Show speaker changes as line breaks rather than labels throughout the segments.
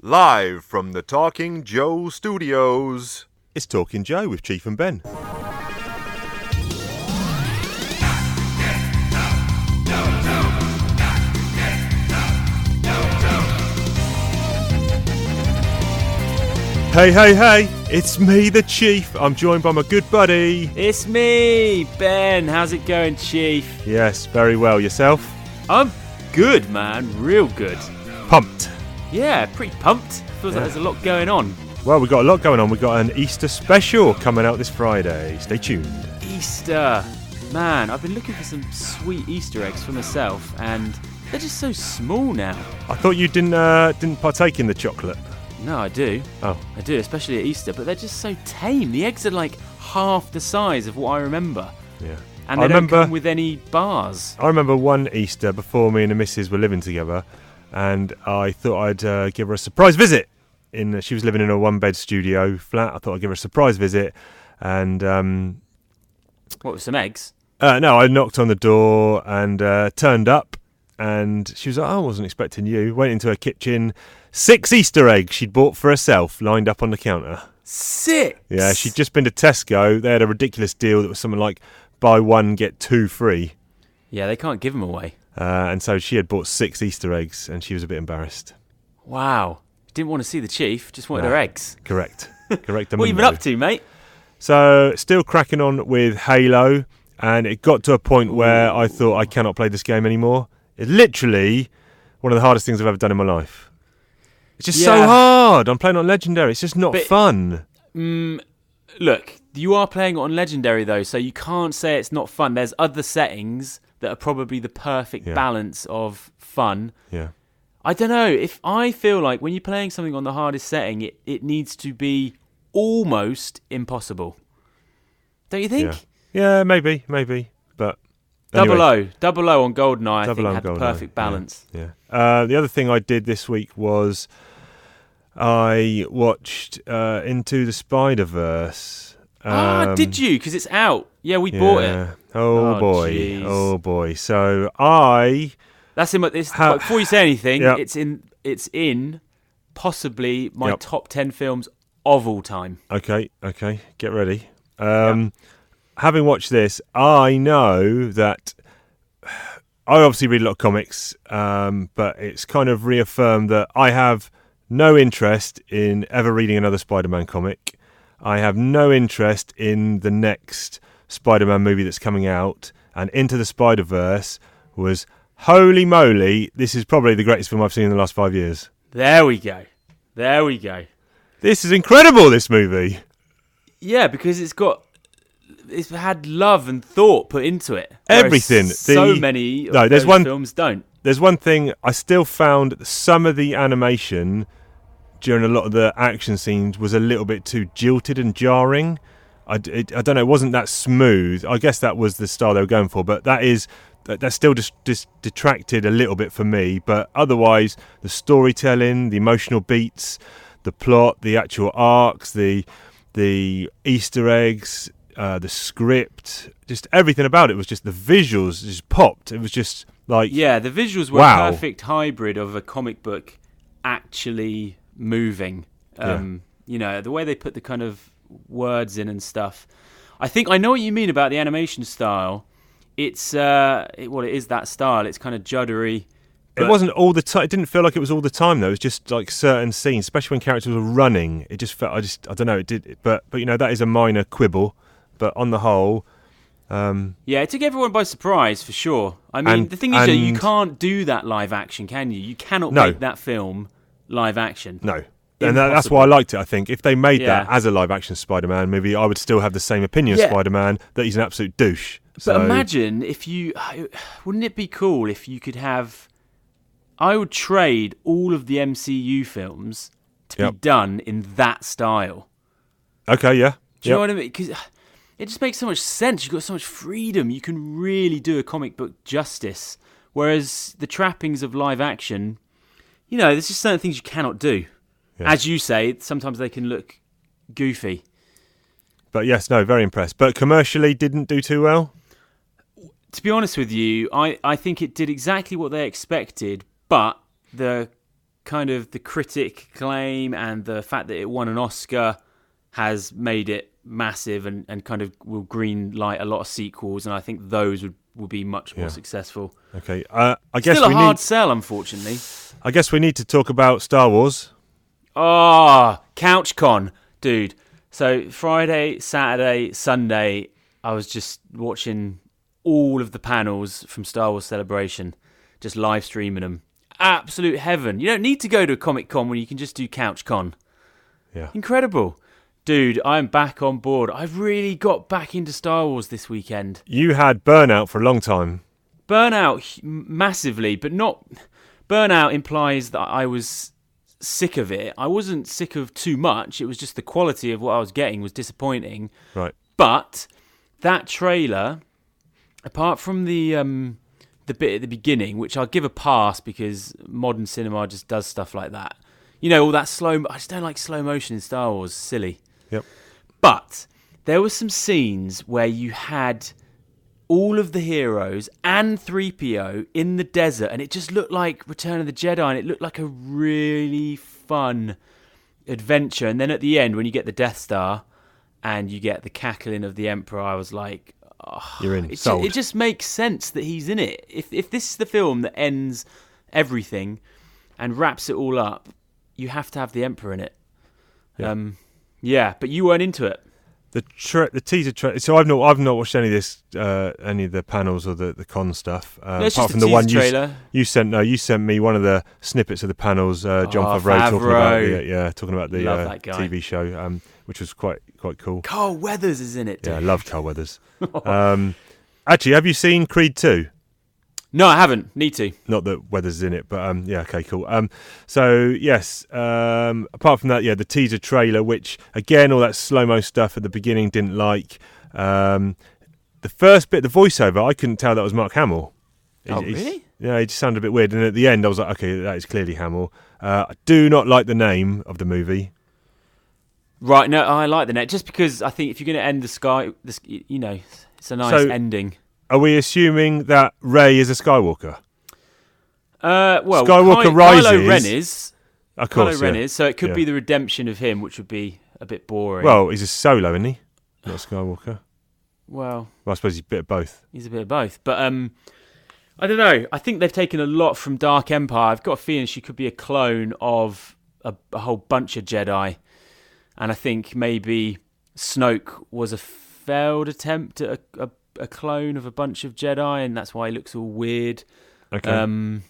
Live from the Talking Joe Studios.
It's Talking Joe with Chief and Ben. Hey, hey, hey, it's me, the Chief. I'm joined by my good buddy.
It's me, Ben. How's it going, Chief?
Yes, very well. Yourself?
I'm good, man. Real good.
Pumped.
Yeah, pretty pumped. Feels like there's a lot going on.
Well, we've got a lot going on. We've got an Easter special coming out this Friday. Stay tuned.
Easter. Man, I've been looking for some sweet Easter eggs for myself, and they're just so small now.
I thought you didn't uh, didn't partake in the chocolate.
No, I do.
Oh,
I do, especially at Easter, but they're just so tame. The eggs are like half the size of what I remember.
yeah.
And
I
they
remember
don't come with any bars.
I remember one Easter before me and the missus were living together, and I thought I'd uh, give her a surprise visit. In she was living in a one-bed studio flat. I thought I'd give her a surprise visit, and um,
What, with some eggs?
uh, no, I knocked on the door and uh, turned up, and she was like, "Oh, "I wasn't expecting you." Went into her kitchen, six Easter eggs she'd bought for herself, lined up on the counter.
Six!
Yeah, she'd just been to Tesco. They had a ridiculous deal that was something like buy one get two free.
Yeah, they can't give them away.
Uh, and so she had bought six Easter eggs, and she was a bit embarrassed.
Wow. Didn't want to see the Chief, just wanted
No.
her eggs.
Correct. Correct.
What have you been up to, mate?
So still cracking on with Halo, and it got to a point where I thought I cannot play this game anymore. It's literally one of the hardest things I've ever done in my life. It's just so
Yeah.
hard. I'm playing on Legendary. It's just not
But-
fun.
Mm, look, you are playing it on Legendary though, so you can't say it's not fun. There's other settings that are probably the perfect
Yeah.
balance of fun.
Yeah.
I don't know. If I feel like when you're playing something on the hardest setting, it, it needs to be almost impossible. Don't you think?
Yeah. Yeah. Maybe. Maybe. But anyway.
Double O, double O on Goldeneye, I
Double
think
O on
had the
Goldeneye,
perfect
yeah.
balance.
Yeah. Uh, the other thing I did this week was I watched uh, Into the Spider Verse.
ah, did you? Because it's out. Yeah, we bought it.
Oh,
Oh,
boy.
jeez.
Oh boy. So I
That's in my. This,
How-
before you say anything,
Yeah.
it's in. It's in possibly my
Yep.
top ten films of all time.
okay, okay, get ready. Um having watched this, I know that I obviously read a lot of comics, um, but it's kind of reaffirmed that I have no interest in ever reading another Spider-Man comic. I have no interest in the next Spider-Man movie that's coming out, and Into the Spider-Verse was holy moly, this is probably the greatest film I've seen in the last 5 years.
There we go. There we go.
This is incredible, this movie.
Yeah, because it's got it's had love and thought put into it. Whereas
Everything.
So
The-
many.
No,
of
there's
those
one-
films don't.
There's one thing I still found some of the animation during a lot of the action scenes was a little bit too jilted and jarring. I, d- it- I don't know, it wasn't that smooth. I guess that was the style they were going for, but that is that, that still just, just detracted a little bit for me. But otherwise, the storytelling, the emotional beats, the plot, the actual arcs, the the Easter eggs, uh, the script, just everything about it was just the visuals just popped. It was just like
Yeah, the visuals were
Wow.
a perfect hybrid of a comic book actually moving. Um, You know, the way they put the kind of words in and stuff. I think I know what you mean about the animation style. It's uh, it, well, it is that style. It's kind of juddery.
it
But-
wasn't all the time. It didn't feel like it was all the time though. It was just like certain scenes, especially when characters were running. It just felt. I just. I don't know. It did. But but you know that is a minor quibble. But on the whole, um,
Yeah, it took everyone by surprise for sure. I mean,
And-
the thing is, yeah, you
and-
can't do that live action, can you? You cannot
No.
make that film live action.
no. And that, that's why I liked it. I think if they made
Yeah.
that as a live-action Spider-Man movie, I would still have the same opinion
Yeah.
of Spider-Man that he's an absolute douche. So,
But imagine if you wouldn't it be cool if you could have I would trade all of the MCU films to be
Yep.
done in that style.
okay, yeah,
Do you know
Yep.
what I mean? Cuz it just makes so much sense. You've got so much freedom. You can really do a comic book justice. Whereas the trappings of live action, you know, there's just certain things you cannot do.
Yeah.
As you say, sometimes they can look goofy.
but yes, no, very impressed. But commercially, didn't do too well.
to be honest with you, I, I think it did exactly what they expected, but the kind of the critic claim and the fact that it won an Oscar has made it massive and, and kind of will green light a lot of sequels and I think those would, would be much more
Yeah.
successful.
Okay, uh, I guess
Still
we
a hard
need.
sell unfortunately.
I guess we need to talk about Star Wars.
Oh, couch con, dude. So Friday, Saturday, Sunday, I was just watching all of the panels from Star Wars Celebration, just live streaming them. Absolute heaven. You don't need to go to a Comic Con when you can just do couch con.
Yeah.
Incredible. Dude, I'm back on board. I've really got back into Star Wars this weekend.
You had burnout for a long time.
Burnout h- massively, but not burnout implies that I was sick of it. I wasn't sick of too much. It was just the quality of what I was getting was disappointing.
Right.
But that trailer, apart from the um, the bit at the beginning, which I'll give a pass because modern cinema just does stuff like that. You know, all that slow. I just don't like slow motion in Star Wars. Silly.
Yep.
But there were some scenes where you had all of the heroes and 3PO in the desert, and it just looked like Return of the Jedi, and it looked like a really fun adventure. And then at the end, when you get the Death Star and you get the cackling of the Emperor, I was like, oh,
You're in.
It, ju-
Mm, Sold.
it just makes sense that he's in it. If, if this is the film that ends everything and wraps it all up, you have to have the Emperor in it.
Yeah.
Um, yeah, but you weren't into it.
The tra- the teaser trailer. So I've not I've not watched any of this uh, any of the panels or the the con stuff. Uh,
No, it's
apart
just
from
a
the one
teaser
you s-
trailer.
you sent. No, you sent me one of the snippets of the panels. Uh, John
Oh,
Favreau, talking about
Favreau.
the, yeah talking about the
Love
uh,
that guy.
TV show, um, which was quite quite cool.
Carl Weathers is in it. Dude.
Yeah, I love Carl Weathers. um, actually, have you seen Creed two?
No, I haven't. Need to.
not that weather's in it but um yeah okay cool um so yes um apart from that yeah the teaser trailer which again all that slow-mo stuff at the beginning didn't like um the first bit the voiceover i couldn't tell that was mark hamill
Oh,
He- he's-
really?
yeah he just sounded a bit weird and at the end i was like okay that is clearly hamill uh i do not like the name of the movie
Right. No, I like the net just because I think if you're going to end the sky, this you know, it's a nice
So-
ending.
are we assuming that ray is a skywalker
Uh, well,
Skywalker
Ky-
Rises-
Kylo Ren is.
of course
Kylo Ren
yeah.
is. So it could
Yeah.
be the redemption of him, which would be a bit boring.
well he's a solo isn't he not a skywalker
well,
well, i suppose he's a bit of both
he's a bit of both, but um. I don't know. I think they've taken a lot from Dark Empire. I've got a feeling she could be a clone of a, a whole bunch of Jedi, and I think maybe Snoke was a failed attempt at a, a, a clone of a bunch of Jedi, and that's why he looks all weird.
okay
Um,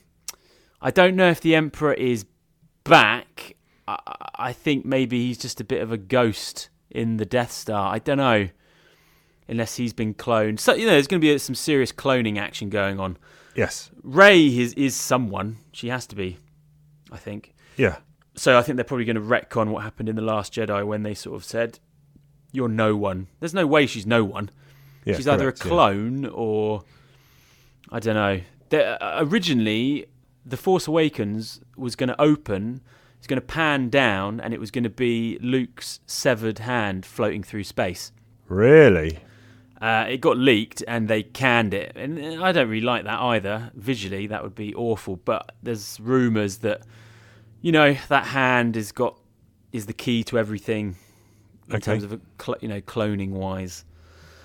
I don't know if the Emperor is back. I, I- I think maybe he's just a bit of a ghost in the Death Star. I don't know, unless he's been cloned. So you know, there's going to be uh, some serious cloning action going on.
yes
Ray is is someone. She has to be, I think.
yeah
So I think they're probably going to retcon what happened in the Last Jedi when they sort of said, "You're no one." There's no way she's no one.
Yeah,
She's either a
correct, yeah.
clone or I don't know. The, uh, originally, The Force Awakens was going to open, it's going to pan down, and it was going to be Luke's severed hand floating through space.
Really?
Uh, it got leaked and they canned it, and uh, I don't really like that either. Visually, that would be awful. But there's rumours that you know that hand has got is the key to everything in
Okay.
terms of a cl- you know cloning wise.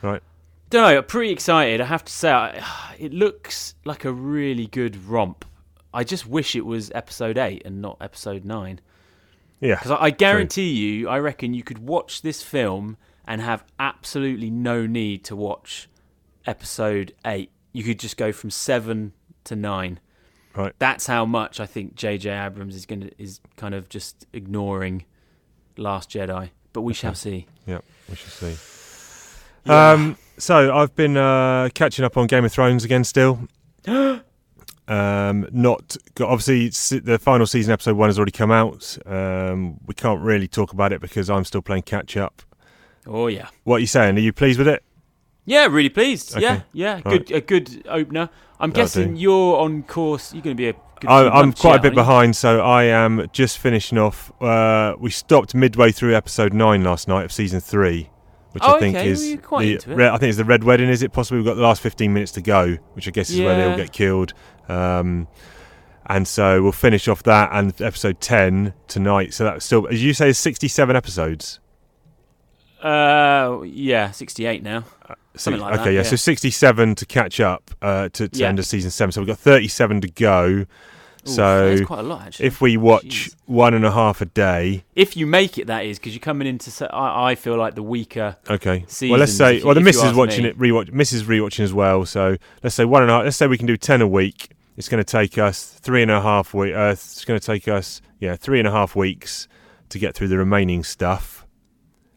Right.
Don't know. I'm pretty excited. I have to say, I, it looks like a really good romp. I just wish it was episode eight and not episode nine,
Yeah.
because I, I guarantee you, I reckon you could watch this film and have absolutely no need to watch episode eight. You could just go from seven to nine.
Right.
That's how much I think J.J. Abrams is gonna is kind of just ignoring Last Jedi. But we shall see.
yeah. We shall see. Um. So I've been uh, catching up on Game of Thrones again. Still. um. Not got, obviously it's, the final season episode one has already come out. Um. We can't really talk about it because I'm still playing catch up.
Oh yeah.
What are you saying? Are you pleased with it?
Yeah, really pleased.
Okay.
Yeah, yeah,
Right.
good, a good opener. I'm
That'll
guessing
do.
you're on course. You're going to be a. Good
I,
few
I'm
months
quite a
yet,
bit
aren't you?
behind, so I am just finishing off. Uh, we stopped midway through episode nine last night of season three, which
Oh,
I think
okay, well,
is
you're quite
the
into it.
Red, I think it's the red wedding. Is it possible we've got the last 15 minutes to go, which I guess is where they all
Yeah.
get killed. Um, And so we'll finish off that and episode 10 tonight. So that's still, as you say, 67 episodes.
Uh, yeah, 68 now. Something like
okay,
that.
yeah. So 67 to catch up uh, to, to
Yeah.
end of season seven. So we've got 37 to go.
Ooh,
so
that's quite a lot actually.
if we watch
Jeez.
one and a half a day,
if you make it, that is because you're coming into. se- I, I feel like the weaker.
okay. well, let's
Seasons,
say,
if you-
well, the
if you
missus
ask
watching
me.
it, rewatch, missus rewatching as well. So let's say one and a half. Let's say we can do ten a week. It's going to take us three and a half week. Uh, it's going to take us, yeah, three and a half weeks to get through the remaining stuff.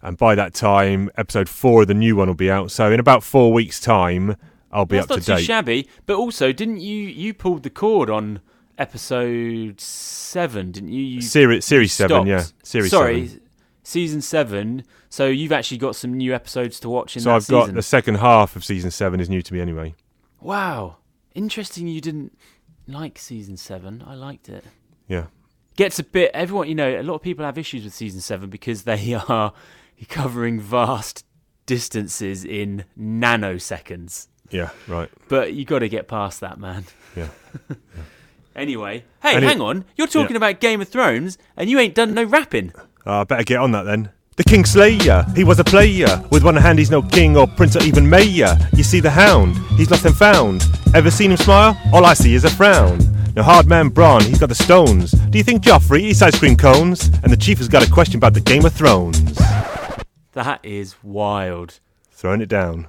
And by that time, episode four of the new one will be out. So in about four weeks' time, I'll be
That's
up
not
to
too
date.
shabby, but also didn't you you pulled the cord on episode seven, didn't you? You
Series series seven,
stopped.
yeah, series
Sorry,
seven.
season seven. So you've actually got some new episodes to watch in
So
that
I've
season.
got the second half of season seven is new to me anyway.
Wow, interesting. You didn't like season seven. I liked it.
Yeah,
gets a bit everyone you know a lot of people have issues with season 7 because they are covering vast distances in nanoseconds
yeah, right.
but you got to get past that man
Yeah.
anyway hey
And it-
hang on you're talking about game of thrones and you ain't done no rapping
Uh, I better get on that then. The Kingslayer, he was a player. With one hand, he's no king or prince or even mayor. You see the hound, he's lost and found. Ever seen him smile? All I see is a frown. Now, hard man Bron, he's got the stones. Do you think Joffrey eats ice cream cones? And the chief has got a question about the Game of Thrones.
that is wild
Throwing it down.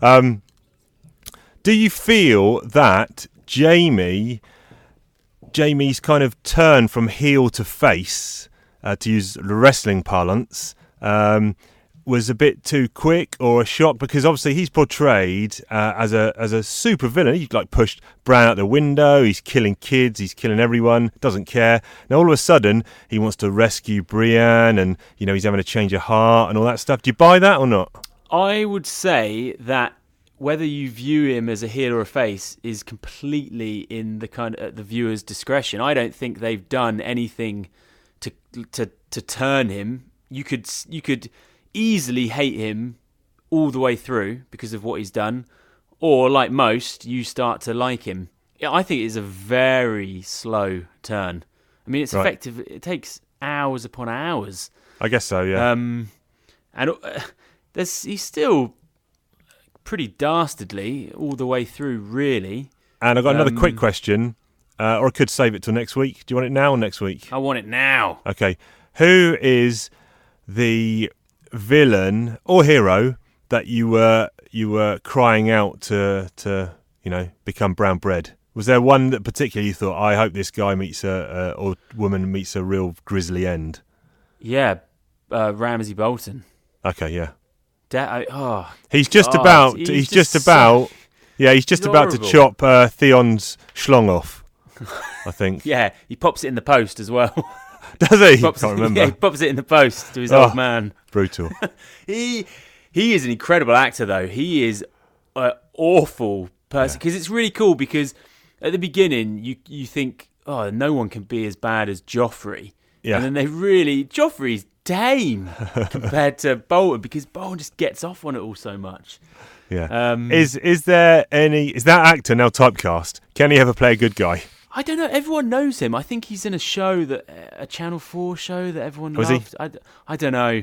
Um, do you feel that Jamie, Jamie's kind of turn from heel to face, uh, to use wrestling parlance, um, was a bit too quick or a shock? Because obviously he's portrayed uh, as a as a super villain. He's like pushed Bran out the window. He's killing kids. He's killing everyone. Doesn't care. Now all of a sudden he wants to rescue Brienne, and you know he's having a change of heart and all that stuff. Do you buy that or not?
i would say that whether you view him as a heel or a face is completely in the kind of at the viewer's discretion i don't think they've done anything to to to turn him. You could you could easily hate him all the way through because of what he's done, or like most, you start to like him. Yeah, I think it's a very slow turn. I mean, it's
Right.
effective. It takes hours upon hours.
I guess so. Yeah.
Um, and uh, there's he's still pretty dastardly all the way through. Really,
and I've got another quick
um,
question, uh, or I could save it till next week. Do you want it now or next week?
I want it now.
Okay. Who is the villain or hero that you were you were crying out to to you know become brown bread? Was there one that particularly you thought I hope this guy meets a, a or woman meets a real grisly end?
Yeah, uh, Ramsey Bolton.
Okay, yeah.
Da- I, oh
He's just
God,
about. He's,
he's
just,
just so-
about. Yeah, he's just
He's
about to
horrible.
chop uh, Theon's schlong off. I think.
Yeah, he pops it in the post as well.
Does he?
pops,
Can't
it-
remember.
yeah, he pops it in the post to his
Oh.
old man.
Brutal.
He he is an incredible actor though. He is an awful person because it's really cool because at the beginning you you think oh no one can be as bad as Joffrey.
Yeah.
And then they really Joffrey's tame compared to Bolton because Bolton just gets off on it all so much.
Yeah.
Um,
is is there any? Is that actor now typecast? Can he ever play a good guy?
I don't know. Everyone knows him. I think he's in a show that a Channel Four show that everyone
Was Oh, he?
loved. I, d- I don't know,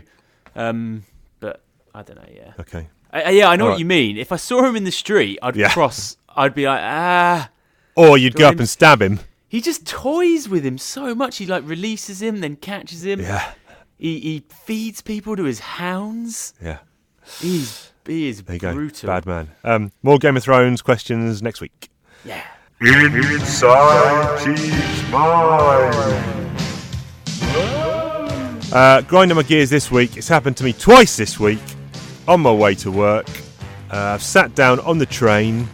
um, but I don't know. Yeah,
Okay.
I, I- Uh, yeah. I know
All
what
right.
you mean. If I saw him in the street, I'd
Yeah.
cross. I'd be like, ah.
Or you'd go
I
up
mean-
and stab him.
He just toys with him so much. He like releases him, then catches him.
Yeah.
He he feeds people to his hounds.
Yeah.
He's he is
There you go.
brutal.
Bad man. Um, more Game of Thrones questions next week.
Yeah.
Inside Chief's Mind.
Uh, grinding my gears this week. It's happened to me twice this week on my way to work. Uh, I've sat down on the train,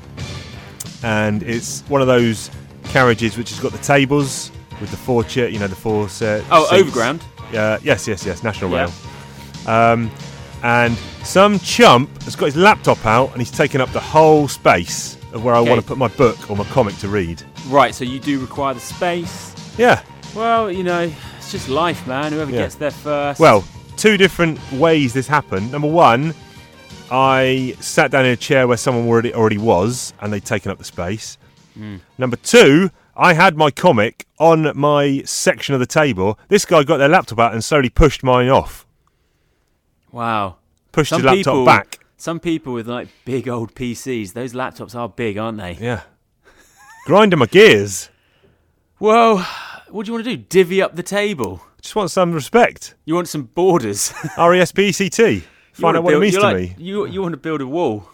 and it's one of those carriages which has got the tables with the four chair, you know, the four set.
Oh, overground.
Uh, yes, yes, yes. National
Yeah.
Rail. Um, and some chump has got his laptop out and he's taken up the whole space of where I
Okay.
want to put my book or my comic to read.
Right. So you do require the space.
Yeah.
Well, you know, it's just life, man. Whoever
Yeah.
gets there first.
Well, two different ways this happened. Number one, I
Hmm.
sat down in a chair where someone already already was, and they'd taken up the space. Number two, I had my comic on my section of the table. This guy got their laptop out and slowly pushed mine off.
Wow.
Pushed the laptop back.
Some people with like big old PCs, those laptops are big, aren't they?
Yeah. Grinding my gears.
Well, what do you want to do? Divvy up the table.
Just want some respect.
You want some borders. You
R E S P E C T. Find
wanna
out what
build-
it means to
you're like-
me.
You, you want to build a wall.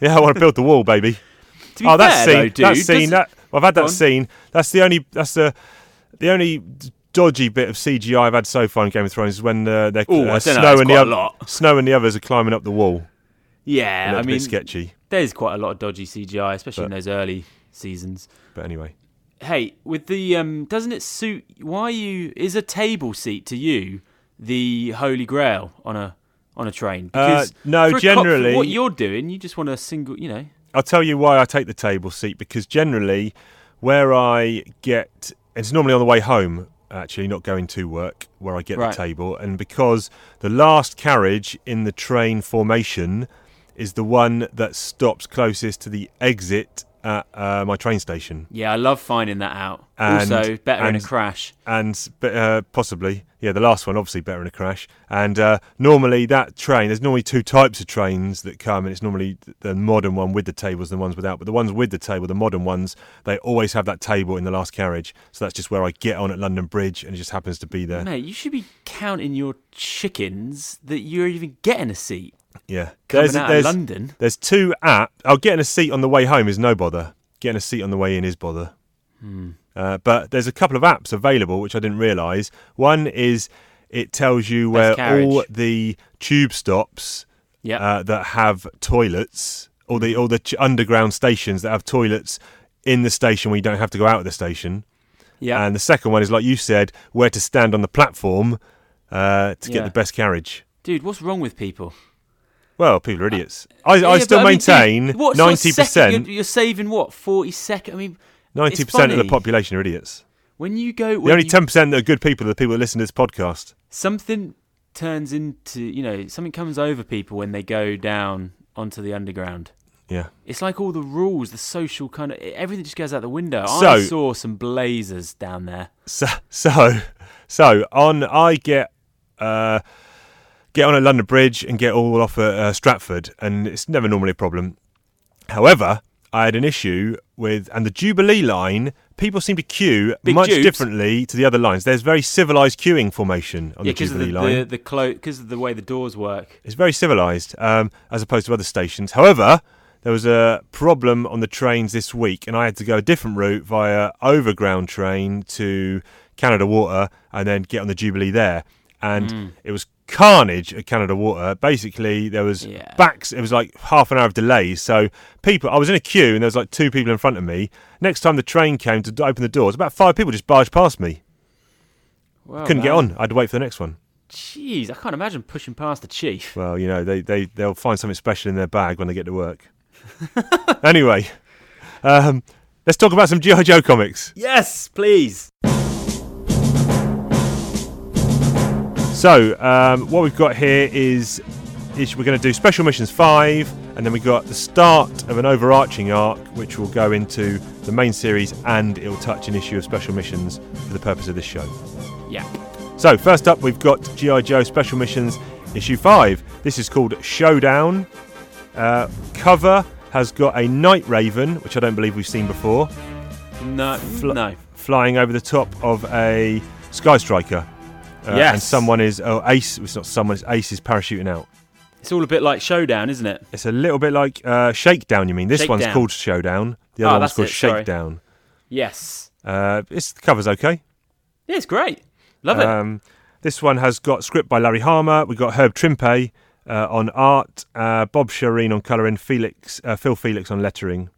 Yeah, I want to build the wall, baby.
To be
oh, that
fair,
scene.
though, dude,
that scene.
doesn't-
That, well, I've had
Go
that
on.
scene. That's the only. That's the the only d- dodgy bit of CGI I've had so far in Game of Thrones is when uh, they're
Ooh, I
uh,
dunno,
snow
that's
and
quite
the
a
oth-
lot.
snow and the others are climbing up the wall.
yeah,
That's
I
a
mean,
bit sketchy.
there's quite a lot of dodgy CGI, especially in those early seasons.
But anyway,
Hey, with the um, doesn't it suit? Why you is a table seat to you the holy grail on a on a train?
Uh, no,
for a cop- for
generally-
what you're doing, you just want a single. You know,
I'll tell you why I take the table seat because generally, where I get it's normally on the way home. Actually, not going to work where I get
Right.
the table, and because the last carriage in the train formation is the one that stops closest to the exit at uh, my train station.
yeah, I love finding that out.
And-
also, better in a
and-
crash.
and but, uh, possibly yeah the last one obviously better in a crash and uh, normally that train there's normally two types of trains that come and it's normally th- the modern one with the tables and the ones without but the ones with the table the modern ones they always have that table in the last carriage so that's just where i get on at london bridge and it just happens to be there
Mate, you should be counting your chickens that you're even getting a seat
yeah
coming
there's,
out
there's,
of London.
there's two app oh getting a seat on the way home is no bother getting a seat on the way in is bother
Hmm.
uh, but there's a couple of apps available which I didn't realise. One is it tells you where
Best carriage.
all the tube stops
Yeah,
uh, that have toilets, all the all the ch- underground stations that have toilets in the station where you don't have to go out of the station.
yeah.
And the second one is like you said, where to stand on the platform uh, to
Yeah.
get the best carriage.
Dude, what's wrong with people?
Well, people are idiots. I, I
Uh, Yeah,
still
but mean, dude,
maintain
what sort of
ninety
second- You're,
percent.
you're saving what forty second. I mean,
Ninety percent of the
funny.
population are idiots.
when you go,
The
when
only
you-
ten percent that are good people are the people that listen to this podcast.
something turns into you know something comes over people when they go down onto the underground.
Yeah.
It's like all the rules, the social kind of e, everything just goes out the window. I
So-
saw some blazers down there.
So, so, so on. I get uh, get on at London Bridge and get all off at uh, Stratford, and it's never normally a problem. However, I had an issue with, and the Jubilee line. People seem to queue
Big
much
tubes.
differently to the other lines. There's very civilized queuing formation on
Yeah,
the
because of
Jubilee
the
line.
the, the clo- because of the way the doors work.
It's very civilized um, as opposed to other stations. However, there was a problem on the trains this week, and I had to go a different route via overground train to Canada Water and then get on the Jubilee there. And
Hmm.
it was carnage at Canada Water. Basically, there was
Yeah.
backs. It was like half an hour of delay. So people, I was in a queue, and there was like two people in front of me. Next time the train came to d- open the doors, about five people just barged past me.
Oh, Wow,
Couldn't get
man.
on. I had to wait for the next one.
Jeez, I can't imagine pushing past the chief.
Well, you know, they, they, they'll find something special in their bag when they get to work. anyway, um, let's talk about some G.I. Joe comics.
Yes, please.
So, um, what we've got here is, is we're going to do Special Missions 5, and then we've got the start of an overarching arc, which will go into the main series, and it'll touch an issue of Special Missions for the purpose of this show.
Yeah.
So, first up, we've got G.I. Joe Special Missions Issue 5. This is called Showdown. Uh, cover has got a Night Raven, which I don't believe we've seen before,
No,
Fl-
no.
flying over the top of a Sky Striker. Uh,
Yes.
And someone is, oh, Ace, it's not someone, it's Ace is parachuting out.
It's all a bit like Showdown, isn't it?
It's a little bit like uh, Shakedown, you mean? This one's
Shakedown.
called Showdown, the
Oh,
other one's
that's
called
it, sorry.
Shakedown.
Yes.
Uh, it's, the cover's okay.
Yeah, it's great. Love it.
Um, this one has got script by Larry Harmer. We've got Herb Trimpe uh, on art, uh, Bob Shireen on colouring, Felix, uh, Phil Felix on lettering.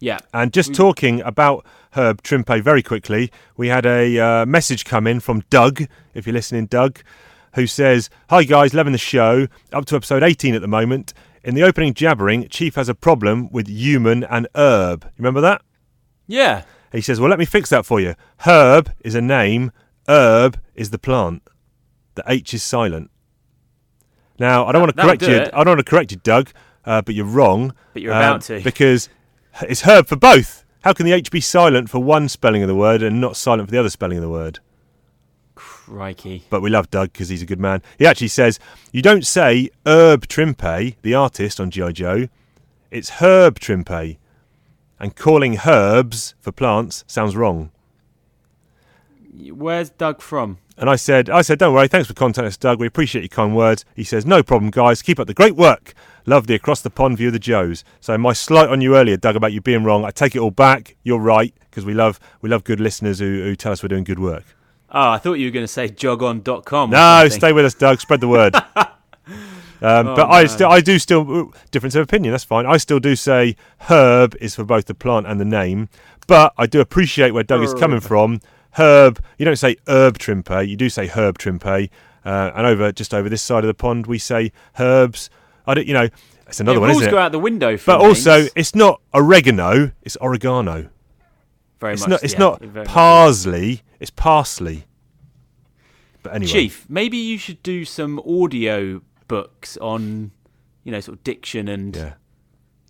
Yeah.
And just
Mm.
talking about Herb Trimpe very quickly, we had a uh, message come in from Doug, if you're listening, Doug, who says, Hi guys, loving the show. Up to episode 18 at the moment. In the opening jabbering, Chief has a problem with human and herb. Remember that?
Yeah.
He says, Well, let me fix that for you. Herb is a name, herb is the plant. The H is silent. Now, I don't want to
that'll
correct
do
you.
it.
I don't want to correct you, Doug, uh, but you're wrong.
But you're about to.
Because it's herb for both. How can the H be silent for one spelling of the word and not silent for the other spelling of the word?
Crikey.
But we love Doug because he's a good man. He actually says, You don't say Herb Trimpe, the artist on G.I. Joe, it's Herb Trimpe. And calling herbs for plants sounds wrong.
Where's Doug from?
And I said, I said, don't worry, thanks for contacting us, Doug. We appreciate your kind words. He says, no problem, guys. Keep up the great work. Love the across the pond view of the Joes. So my slight on you earlier, Doug, about you being wrong, I take it all back. You're right because we love we love good listeners who, who tell us we're doing good work.
Oh, I thought you were going to say jogon.com. or
No,
something.
stay with us, Doug. Spread the word. um, but I
man.
still I do still ooh, difference of opinion. That's fine. I still do say herb is for both the plant and the name. But I do appreciate where Doug is coming from. Herb, you don't say herb trimpe. You do say herb trimpe. Uh, and over just over this side of the pond, we say herbs. I don't, you know, it's another
Yeah,
one,
rules
isn't
go
it?
out the window. For
But
me.
also, it's not oregano. It's oregano.
very
It's
much,
not. It's
yeah, it very
not
much
parsley. It's parsley. But anyway,
is. Chief, maybe you should do some audio books on, you know, sort of diction and
Yeah.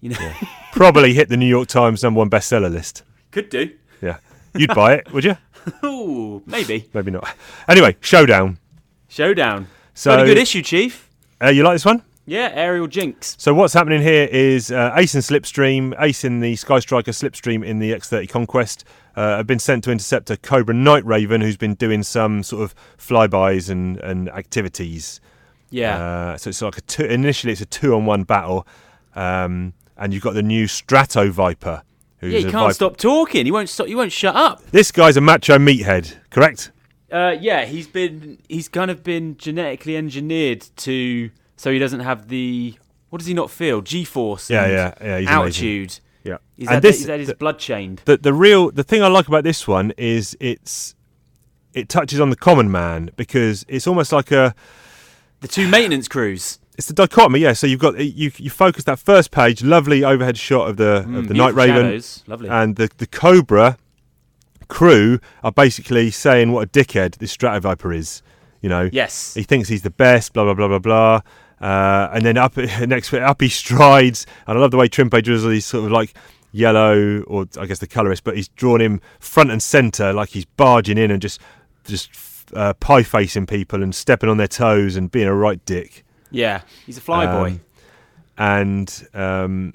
you know,
probably hit the New York Times number one bestseller list.
could do.
Yeah. You'd buy it, would you?
Ooh, maybe
Maybe not. Anyway, Showdown.
showdown.
So-
So a good issue, Chief.
Uh, you like this one?
Yeah, aerial jinx.
So what's happening here is uh, Ace in Slipstream, Ace in the Sky Striker Slipstream in the X30 Conquest uh, have been sent to intercept a Cobra Night Raven who's been doing some sort of flybys and, and activities.
Yeah,
Uh, so it's like a two, initially it's a two-on-one battle, um, and you've got the new Strato Viper. Who's
yeah. You
a
can't
viper.
stop talking. He won't stop. He won't shut up.
This guy's a macho meathead, correct?
Uh, yeah, he's been he's kind of been genetically engineered to so he doesn't have the what does he not feel G force?
Yeah, yeah, yeah. He's amazing.
altitude.
Yeah.
He's
and
had,
this,
he's had his
the,
blood chained.
the, the real the thing I like about this one is it's it touches on the common man because it's almost like a
The two maintenance crews.
it's the dichotomy. Yeah. So you've got you you focus that first page, lovely overhead shot of the of the Night
Mm, Beautiful
Raven
shadows. lovely.
and the the Cobra crew are basically saying what a dickhead this Stratoviper is. You know.
yes,
He thinks he's the best, blah blah blah blah blah. Uh, and then up next up he strides, and I love the way Trimpe drizzle. He's sort of like yellow, or I guess the colourist, but he's drawn him front and centre, like he's barging in and just just uh, pie facing people and stepping on their toes and being a right dick.
yeah, he's a fly boy.
Um, and um,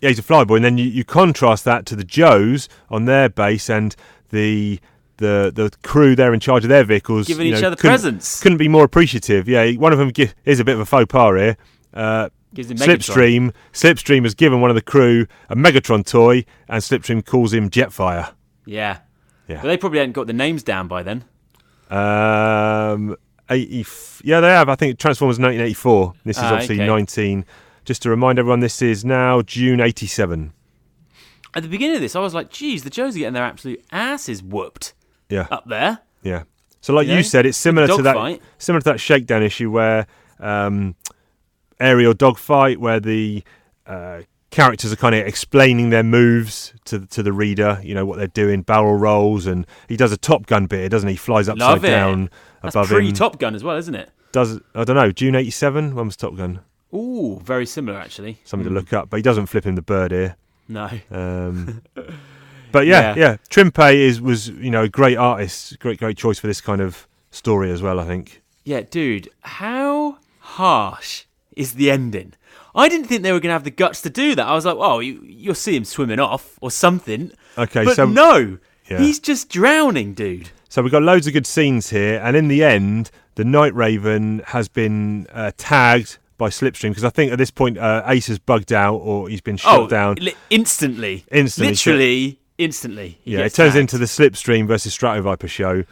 yeah, he's a flyboy. And then you, you contrast that to the Joes on their base and the the the crew there in charge of their vehicles,
Giving
you know,
each other
couldn't-
presents.
Couldn't be more appreciative. Yeah, one of them gi- is a bit of a faux pas here. Uh,
Gives him Megatron.
Slipstream, Slipstream has given one of the crew a Megatron toy, and Slipstream calls him Jetfire.
Yeah.
Yeah.
But they probably hadn't got the names down by then.
Um, 80, f- yeah, they have. I think Transformers 1984. This is
Ah,
obviously
okay.
19. Just to remind everyone, this is now June 87.
At the beginning of this, I was like, geez, the Joes are getting their absolute asses whooped
Yeah,
up there.
yeah. So, like you,
know,
said, it's similar to that
dogfight.
similar to that shakedown issue where um, aerial dogfight, where the uh, characters are kind of explaining their moves to to the reader. You know what they're doing, barrel rolls, and he does a Top Gun bit, here, doesn't he? He flies upside
Love it.
down
That's
above
pre
him.
Top Gun as well, isn't it?
does I don't know? June eighty seven. When was Top Gun?
Ooh, very similar actually.
Something to look up. But he doesn't flip him the bird here.
No.
Um, but yeah, yeah,
Yeah.
Trimpe is was you know a great artist, great great choice for this kind of story as well. I think.
Yeah, dude, how harsh is the ending? I didn't think they were going to have the guts to do that. I was like, oh, you, you'll see him swimming off or something.
Okay,
but
so-
no,
Yeah.
he's just drowning, dude.
So we've got loads of good scenes here, and in the end, the Night Raven has been uh, tagged by Slipstream because I think at this point uh, Ace has bugged out or he's been shot
oh,
down.
li- instantly,
Instantly,
literally, instantly. he
yeah, it
gets
turns
tagged.
into the Slipstream versus Stratoviper show.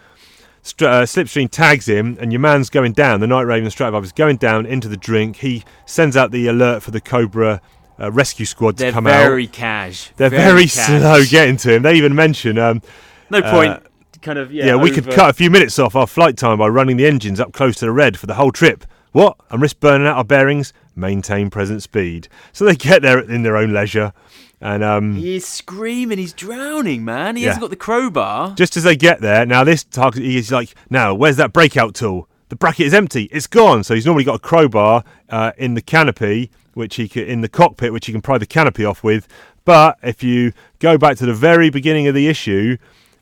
Str uh, Slipstream tags him, and your man's going down. The Night Raven Stratoviper's going down into the drink. He sends out the alert for the Cobra uh, rescue squad to
They're
come out.
very cash.
They're very,
cash.
slow getting to him. They even mention um,
No point. Kind of. Yeah,
Yeah, we could
over-
cut a few minutes off our flight time by running the engines up close to the red for the whole trip. What? And risk burning out our bearings? Maintain present speed. So they get there in their own leisure. And um,
He's screaming. He's drowning, man. He
Yeah.
hasn't got the crowbar.
just as they get there, now this target, he's like, now, where's that breakout tool? The bracket is empty. It's gone. So he's normally got a crowbar uh, in the canopy, which he could, in the cockpit, which he can pry the canopy off with. But if you go back to the very beginning of the issue,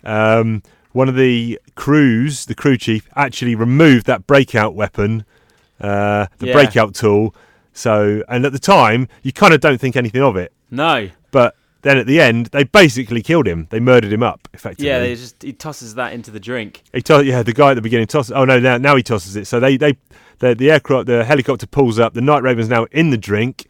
um, one of the crews, the crew chief, actually removed that breakout weapon, uh, the
Yeah.
breakout tool. So, and at the time, you kind of don't think anything of it.
No.
But then at the end, they basically killed him. They murdered him up, effectively.
Yeah, they just he tosses that into the drink.
He toss, yeah, the guy at the beginning tosses. Oh no, now now he tosses it. So they they the, the aircraft, the helicopter pulls up. The Night Raven's now in the drink.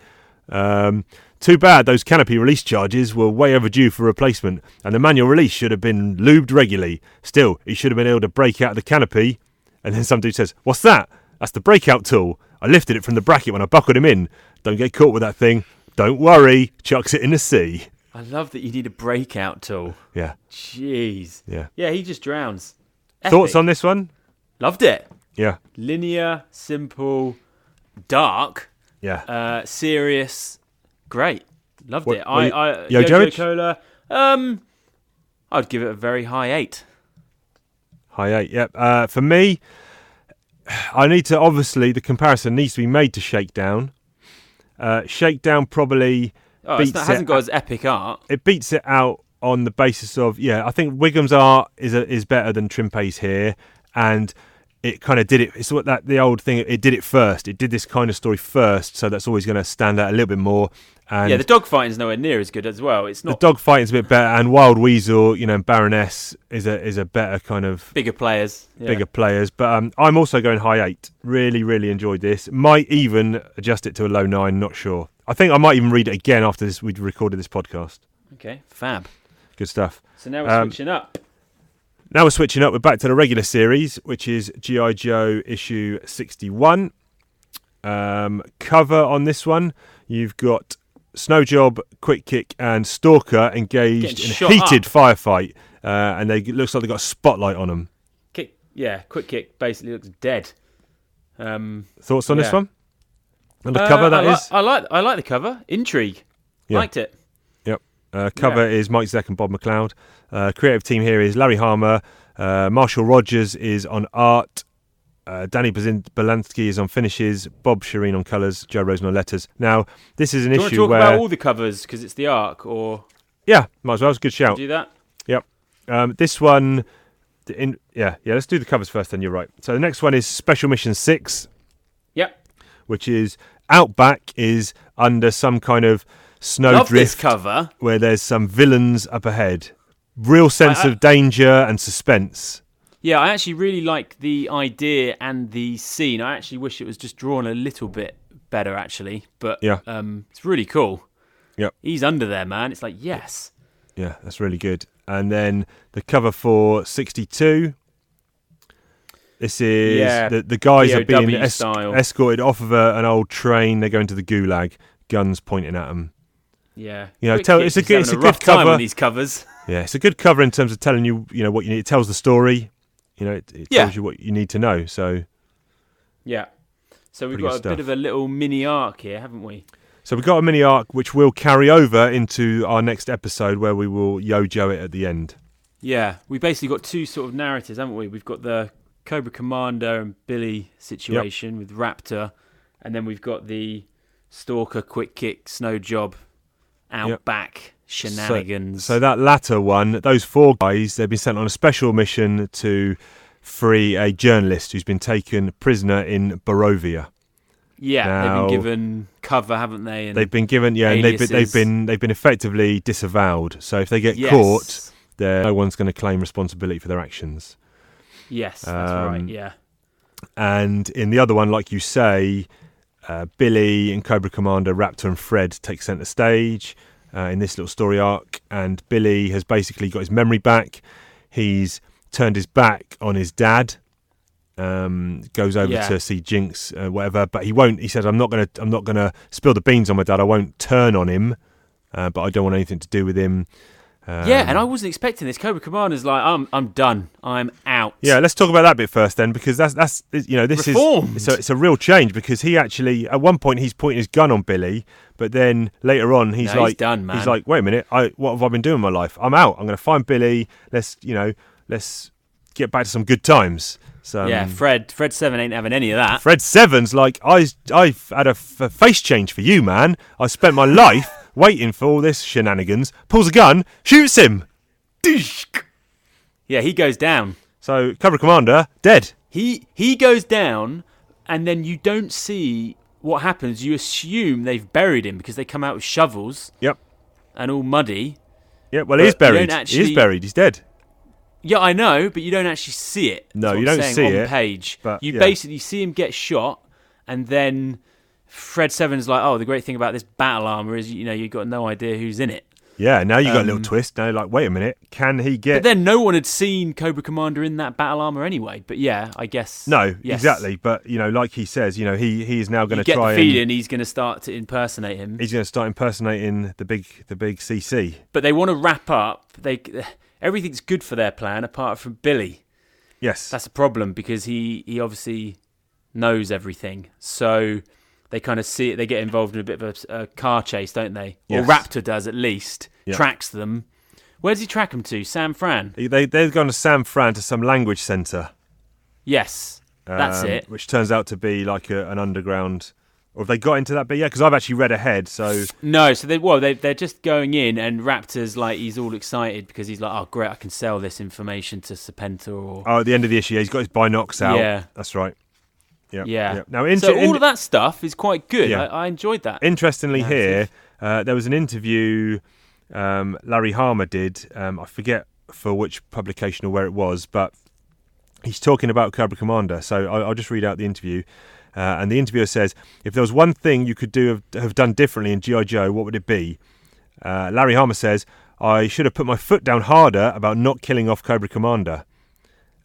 Um, too bad those canopy release charges were way overdue for replacement, and the manual release should have been lubed regularly. Still, he should have been able to break out of the canopy. And then some dude says, "What's that? That's the breakout tool. I lifted it from the bracket when I buckled him in. Don't get caught with that thing. Don't worry." Chucks it in the sea.
I love that you need a breakout tool.
Yeah,
Jeez.
yeah.
Yeah, he just drowns.
Thoughts
Epic.
on this one?
Loved it.
Yeah,
Linear, simple, dark,
yeah.
uh, serious, great. Loved
What-
it.
what
I,
you-
I
Yo,
Yo,
Jared?
Cola. Um, I'd give it a very high eight.
High eight, yep. Uh, for me, I need to obviously the comparison needs to be made to Shakedown. Uh, Shakedown probably
Oh,
beats
it's not, hasn't
it.
got as epic art.
It beats it out on the basis of yeah. I think Wiggum's art is a, is better than Trimpe's here, and it kind of did it. It's what that the old thing. It did it first. It did this kind of story first, so that's always going to stand out a little bit more. And
yeah, the dog fighting's nowhere near as good as well. It's
the
not
dog fighting's a bit better, and Wild Weasel, you know, Baroness is a is a better kind of
bigger players. Yeah.
bigger players. But um, I'm also going high eight. Really, really enjoyed this. Might even adjust it to a low nine. Not sure. I think I might even read it again after this. We'd recorded this podcast.
Okay, fab.
Good stuff.
So now we're
Um,
switching up.
Now we're switching up. We're back to the regular series, which is GI Joe issue 61. Um, cover on this one, you've got Snowjob, Quick Kick, and Stalker engaged
Getting
in a
shot
heated
up.
firefight, uh, and they it looks like they got a spotlight on them.
Kick, yeah, quick kick basically looks dead. Um,
Thoughts on this
Yeah.
one? On the
uh,
cover, that
I
is.
li- I like, I like the cover. Intrigue.
Yeah.
Liked it.
Yep. Uh, cover is Mike Zeck and Bob McLeod. Uh, creative team here is Larry Harmer. Uh, Marshall Rogers is on art. Uh, Danny Bazin- Balansky is on finishes. Bob Shireen on colours. Joe Rosen on letters. Now, this is an
Do you want to
issue
talk
where.
about all the covers because it's the arc, or
yeah, might as well. It's a good shout.
do that?
Um, this one, the in, yeah, yeah. Let's do the covers first. Then you're right. So the next one is Special Mission Six,
Yep.
which is Outback is under some kind of snow
Love
Oh, drift
this cover.
where there's some villains up ahead. Real sense
I- I-
of danger and suspense.
Yeah, I actually really like the idea and the scene. I actually wish it was just drawn a little bit better, actually. But
Yeah.
um, it's really cool.
Yep.
He's under there, man. It's like yes.
Yeah, that's really good. And then the cover for 62. This is
Yeah,
the, the guys are
POW
being es-
style.
escorted off of a, an old train. They're going to the gulag. Guns pointing at them.
Yeah.
You know,
Quick
tell-
Kick
it's a
is
good-
having
it's a
rough
good
time
cover.
on these covers.
Yeah, it's a good cover in terms of telling you, you know, what you need. It tells the story. You know, it, it
Yeah.
tells you what you need to know. So,
Yeah. So we've
Pretty
got
good
a
stuff.
bit of a little mini arc here, haven't we?
so we've got a mini arc which will carry over into our next episode where we will yo-jo it at the end.
Yeah, we basically got two sort of narratives, haven't we? We've got the Cobra Commander and Billy situation with Raptor, and then we've got the Stalker Quick Kick Snow Job Outback shenanigans.
So that latter one, those four guys, they've been sent on a special mission to free a journalist who's been taken prisoner in Barovia.
yeah, they've
now-
been given cover, haven't they? And
They've been given, yeah, and they've been, they've
Aliases.
been they've been effectively disavowed. So if they get
Yes.
caught, they're, no one's going to claim responsibility for their actions.
Yes, that's right.
Um,
Yeah,
And in the other one, like you say, uh, Billy and Cobra Commander Raptor and Fred take centre stage uh, in this little story arc, and Billy has basically got his memory back. He's turned his back on his dad. Um, goes over
Yeah.
to see Jinx, uh, whatever, but he won't. He says, "I'm not gonna, I'm not gonna spill the beans on my dad. I won't turn on him, uh, but I don't want anything to do with him." Um,
yeah, and I wasn't expecting this. Cobra Commander's like, I'm, I'm done. I'm out.
Yeah, let's talk about that bit first then, because that's that's you know this
Reformed.
is so it's a real change because he actually at one point he's pointing his gun on Billy, but then later on he's
No, he's
like
done, man.
like wait a minute, I what have I been doing in my life? I'm out. I'm going to find Billy. Let's you know let's get back to some good times. So
yeah.
um,
Fred, Fred Seven ain't having any of that.
Fred Sevens like I I've had a f- a face change for you, man. I spent my life waiting for all this shenanigans, pulls a gun, shoots him.
Yeah, he goes down.
So Cobra Commander dead.
He he goes down, and then you don't see what happens. You assume they've buried him because they come out with shovels
Yep.
and all muddy.
Yeah. Well, he's
But you don't
buried. He's
actually-
buried. He's dead.
Yeah, I know, but you don't actually see it.
No,
That's what
you
I'm
don't
saying,
see
on
it,
Page,
but,
you
yeah.
basically see him get shot, and then Fred Seven's like, "Oh, the great thing about this battle armor is, you know, you've got no idea who's in it."
Yeah. Now you got a little twist. Now, you're like, wait a minute, can he
Um, But
get?
then no one had seen Cobra Commander in that battle armor anyway. But yeah, I guess
No,
yes.
exactly. But you know, like he says, you know, he he is now going
You
to
get
try
the feeling
and
he's going to start to impersonate him.
he's going to start impersonating the big the big CC.
but they want to wrap up. They everything's good for their plan apart from Billy.
Yes.
That's a problem because he he obviously knows everything. So they kind of see it. They get involved in a bit of a, a car chase, don't they?
Yes.
Or Raptor does at least.
Yeah.
Tracks them. Where does he track them to? San Fran.
they they've gone to San Fran to some language center.
Yes, that's
um,
it.
Which turns out to be like a, an underground. Or have they got into that bit yet? Because I've actually read ahead. So
No, so they well they they're just going in, and Raptor's like he's all excited because he's like, oh great, I can sell this information to Serpenta or
oh, at the end of the issue, yeah, he's got his binocs out.
Yeah.
that's right. Yeah,
yeah.
Now, inter-
so all
in-
of that stuff is quite good.
Yeah.
I, I enjoyed that.
interestingly, here
Narrative.
uh, there was an interview um, Larry Harmer did. Um, I forget for which publication or where it was, but he's talking about Cobra Commander. So I, I'll just read out the interview. Uh, and the interviewer says, "If there was one thing you could do have, have done differently in GI Joe, what would it be?" Uh, Larry Harmer says, "I should have put my foot down harder about not killing off Cobra Commander."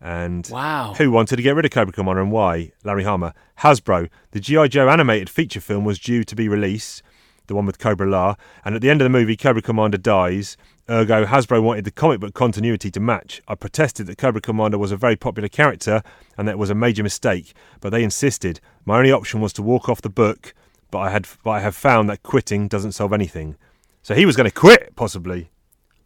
And
Wow.
who wanted to get rid of Cobra Commander and why? Larry Harmer. Hasbro. The G.I. Joe animated feature film was due to be released, the one with Cobra La, and at the end of the movie, Cobra Commander dies. Ergo, Hasbro wanted the comic book continuity to match. I protested that Cobra Commander was a very popular character and that it was a major mistake, but they insisted. My only option was to walk off the book, but I had but I have found that quitting doesn't solve anything. So he was going to quit, possibly.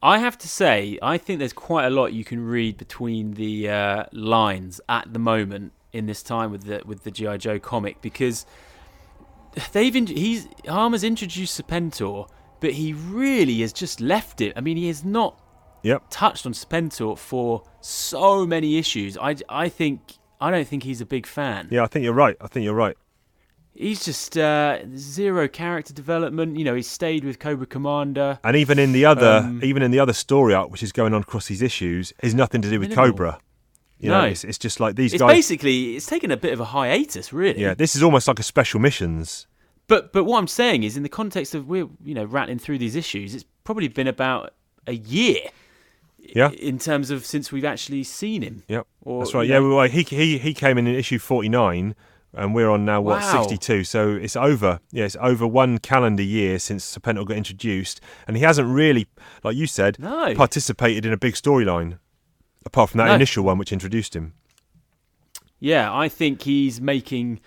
I have to say, I think there's quite a lot you can read between the uh, lines at the moment in this time with the with the GI Joe comic because they've in, he's Armour's introduced Serpentor, but he really has just left it. I mean, he has not
Yep.
touched on Serpentor for so many issues. I I think I don't think he's a big fan.
Yeah, I think you're right. I think you're right.
He's just uh, zero character development. You know, he's stayed with Cobra Commander.
And even in the other,
Um,
even in the other story arc, which is going on across these issues, is nothing to do with
Minimal.
Cobra. You know,
No.
it's, it's just like these
It's
guys.
basically it's taken a bit of a hiatus, really.
yeah, this is almost like a special missions.
But but what I'm saying is, in the context of we're you know rattling through these issues, it's probably been about a year
Yeah,
in terms of since we've actually seen him.
yep,
Or,
that's right.
you
Yeah,
know-
well, he he he came in in issue forty nine, and we're on now what
Wow.
sixty two. So it's over. Yeah, it's over one calendar year since Serpentor got introduced, and he hasn't really, like you said,
No.
participated in a big storyline apart from that
No.
initial one which introduced him.
Yeah, I think he's making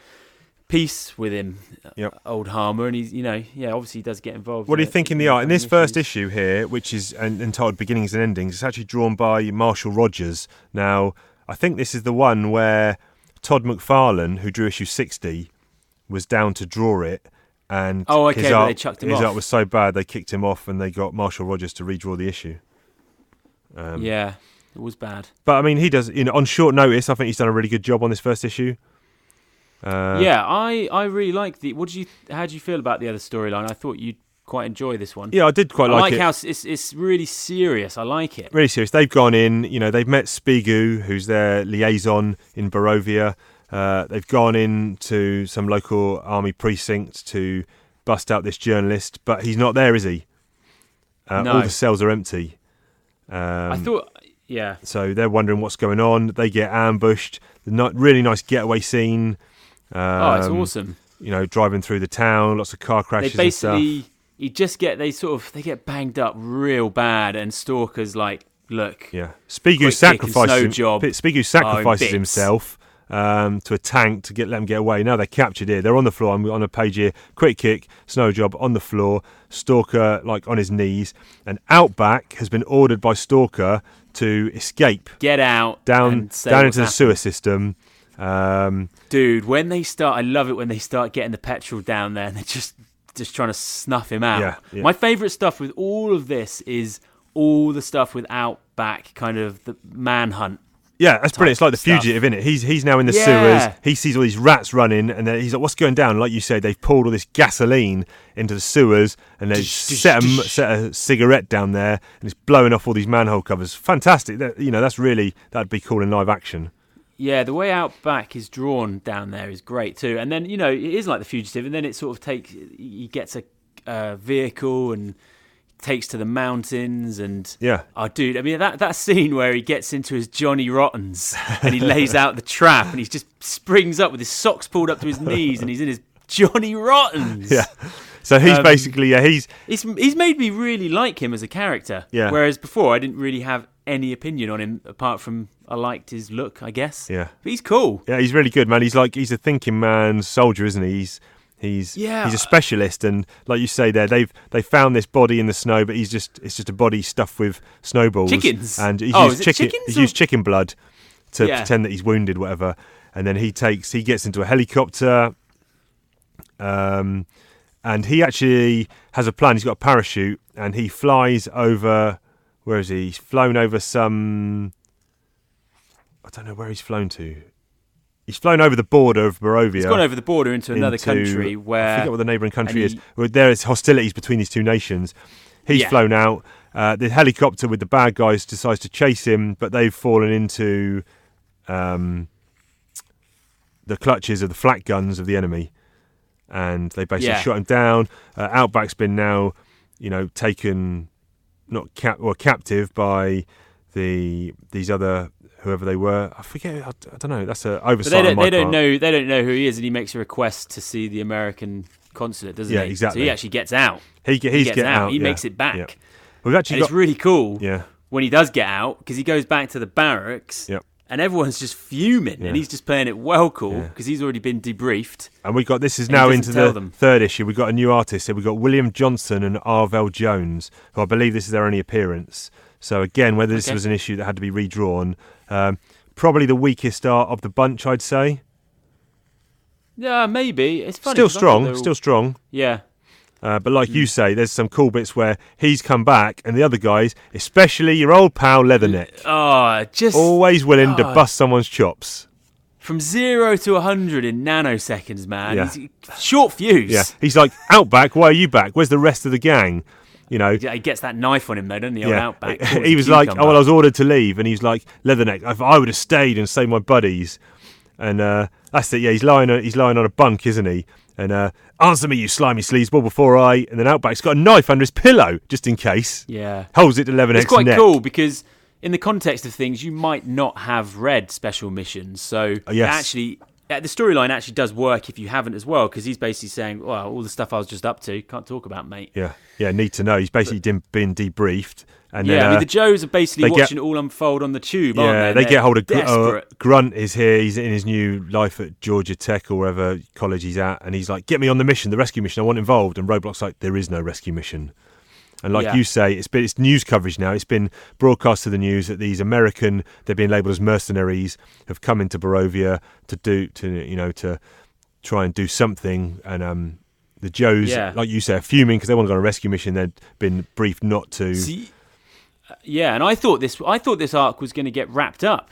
peace with him, uh,
Yep.
old Harmer, and he's you know yeah obviously he does get involved.
What do you
it
think in the art? In this
upcoming
first issue
issues.
here, which is en- entitled Beginnings and Endings, it's actually drawn by Marshall Rogers. Now, I think this is the one where Todd McFarlane, who drew issue 60, was down to draw it. And
Oh, okay,
his
but
art,
they chucked him
his
off.
art was so bad they kicked him off and they got Marshall Rogers to redraw the issue. Um,
Yeah, it was bad.
But I mean, he does, you know, on short notice, I think he's done a really good job on this first issue. Uh,
yeah, I I really like the. What did you? How do you feel about the other storyline? I thought you'd quite enjoy this one.
Yeah, I did quite
I like,
it.
how s- it's it's really serious. I like it.
really serious. They've gone in, you know, they've met Spigu, who's their liaison in Barovia. Uh, they've gone in to some local army precinct to bust out this journalist, but he's not there, is he? Uh,
No.
All the cells are empty. Um,
I thought yeah.
so they're wondering what's going on. They get ambushed. The ni- really nice getaway scene. Um,
Oh, it's awesome.
You know, driving through the town, lots of car
they
crashes and stuff.
basically you just get they sort of they get banged up real bad and stalkers like look
Yeah, Spigu
Quick kick and
sacrifices.
snow
him-
job.
P- Spigu sacrifices
bits.
himself um, to a tank to get let him get away. Now they're captured here. They're on the floor. I'm on a page here. Quick kick, snow job on the floor. Stalker like on his knees. And Outback has been ordered by Stalker to escape
get out
down
and say
down
what's
into the
happened.
sewer system. Um,
dude when they start I love it when they start getting the petrol down there and they're just just trying to snuff him out.
Yeah, yeah.
My favorite stuff with all of this is all the stuff without back kind of the manhunt.
Yeah, that's brilliant. It's like the
stuff.
fugitive, isn't it? He's he's now in the
Yeah.
sewers. He sees all these rats running, and then he's like, "What's going down?" Like you said, they've poured all this gasoline into the sewers, and they set a m- set a cigarette down there, and it's blowing off all these manhole covers. Fantastic. That, you know, that's really that'd be cool in live action.
Yeah, the way out back is drawn down there is great too. And then you know it is like the fugitive, and then it sort of takes he gets a uh, vehicle and takes to the mountains and
Yeah.
Oh, dude! I mean, that, that scene where he gets into his Johnny Rottens and he lays out the trap and he just springs up with his socks pulled up to his knees and he's in his Johnny Rottens.
Yeah. So he's
Um,
basically yeah he's
He's, he's made me really like him as a character.
Yeah.
Whereas before, I didn't really have any opinion on him apart from I liked his look, I guess.
Yeah.
But he's cool.
Yeah, he's really good, man. He's like he's a thinking man's soldier, isn't he? He's he's
Yeah.
he's a specialist, and like you say, there they've they found this body in the snow, but he's just it's just a body stuffed with snowballs,
Chickens?
and he's
Oh,
used
is it
chicken
chickens
he's
or-
used chicken blood to
Yeah.
pretend that he's wounded, whatever. And then he takes he gets into a helicopter, um, and he actually has a plan. He's got a parachute, and he flies over. Where is he? He's flown over some I don't know where he's flown to. He's flown over the border of Barovia.
He's gone over the border into another
into-
country
I
where.
forget what the neighbouring country
Uh,
is.
and he-
Well, there is hostilities between these two nations. He's
Yeah.
flown out. Uh, the helicopter with the bad guys decides to chase him, but they've fallen into um, the clutches of the flat guns of the enemy, and they basically
Yeah.
shot him down. Uh, Outback's been now, you know, taken not cap or captive by the these other whoever they were. I forget. I, don't know. That's a
but
oversight.
they
on
don't,
my
they don't
part.
know. They don't know who he is, and he makes a request to see the American consulate, doesn't
Yeah,
he?
exactly.
So he actually gets out.
He, ge- he's
He gets
getting
out. He
yeah,
makes it back,
yeah.
and
We've actually
it's
got
really cool.
yeah.
when he does get out because he goes back to the barracks
Yep.
and everyone's just fuming
Yeah.
and he's just playing it well cool
Yeah.
because he's already been debriefed.
And we got this is
And he
now
doesn't
into
tell
the
them.
third issue. We've got a new artist. So we've got William Johnson and Arvell Jones, who I believe this is their only appearance. So again, whether this
Okay.
was an issue that had to be redrawn, um, probably the weakest art of the bunch, I'd say.
Yeah, maybe. It's funny.
still
'cause I thought
strong,
they were- Hmm.
still strong.
Yeah.
Uh, but like you say, there's some cool bits where he's come back, and the other guys, especially your old pal Leatherneck,
Oh, just
always willing to
Oh.
bust someone's chops.
from zero to a 100 in nanoseconds, man.
Yeah.
He's short fuse.
Yeah, he's like Outback. Why are you back? Where's the rest of the gang? You know,
Yeah, He gets that knife on him, though, doesn't he? On Outback.
He-
cool as
he
a
was like, "Oh,
cucumber.
well, I was ordered to leave," and he's like, "Leatherneck, if I would have stayed and saved my buddies." And uh, that's it. Yeah, he's lying. On, he's lying on a bunk, isn't he? And uh, answer me, you slimy sleazeball, before I. And then Outback's got a knife under his pillow just in case.
Yeah.
Holds it to Leatherneck's
It's quite
neck.
cool because in the context of things, you might not have read Special Missions, so
yes.
actually. uh, The storyline actually does work if you haven't as well, because he's basically saying, "Well, all the stuff I was just up to, can't talk about, mate."
Yeah, yeah. Need to know. He's basically been, been debriefed. And
Yeah,
then,
I mean
uh,
the Joes are basically
they get-
watching it all unfold on the tube. aren't
Yeah,
they?
they
They're
get hold of Gr- uh,
desperate.
Grunt. Is here? He's in his new life at Georgia Tech or wherever college he's at, and he's like, "Get me on the mission, the rescue mission. I want involved." And Roblox like, "There is no rescue mission." And like
Yeah.
you say, it's been it's news coverage now. It's been broadcast to the news that these American they're being labelled as mercenaries have come into Barovia to do to you know to try and do something and. um the Joes,
Yeah.
like you say, are fuming because they want to go on a rescue mission. They'd been briefed not to.
See, uh, yeah, and I thought this, I thought this arc was going to get wrapped up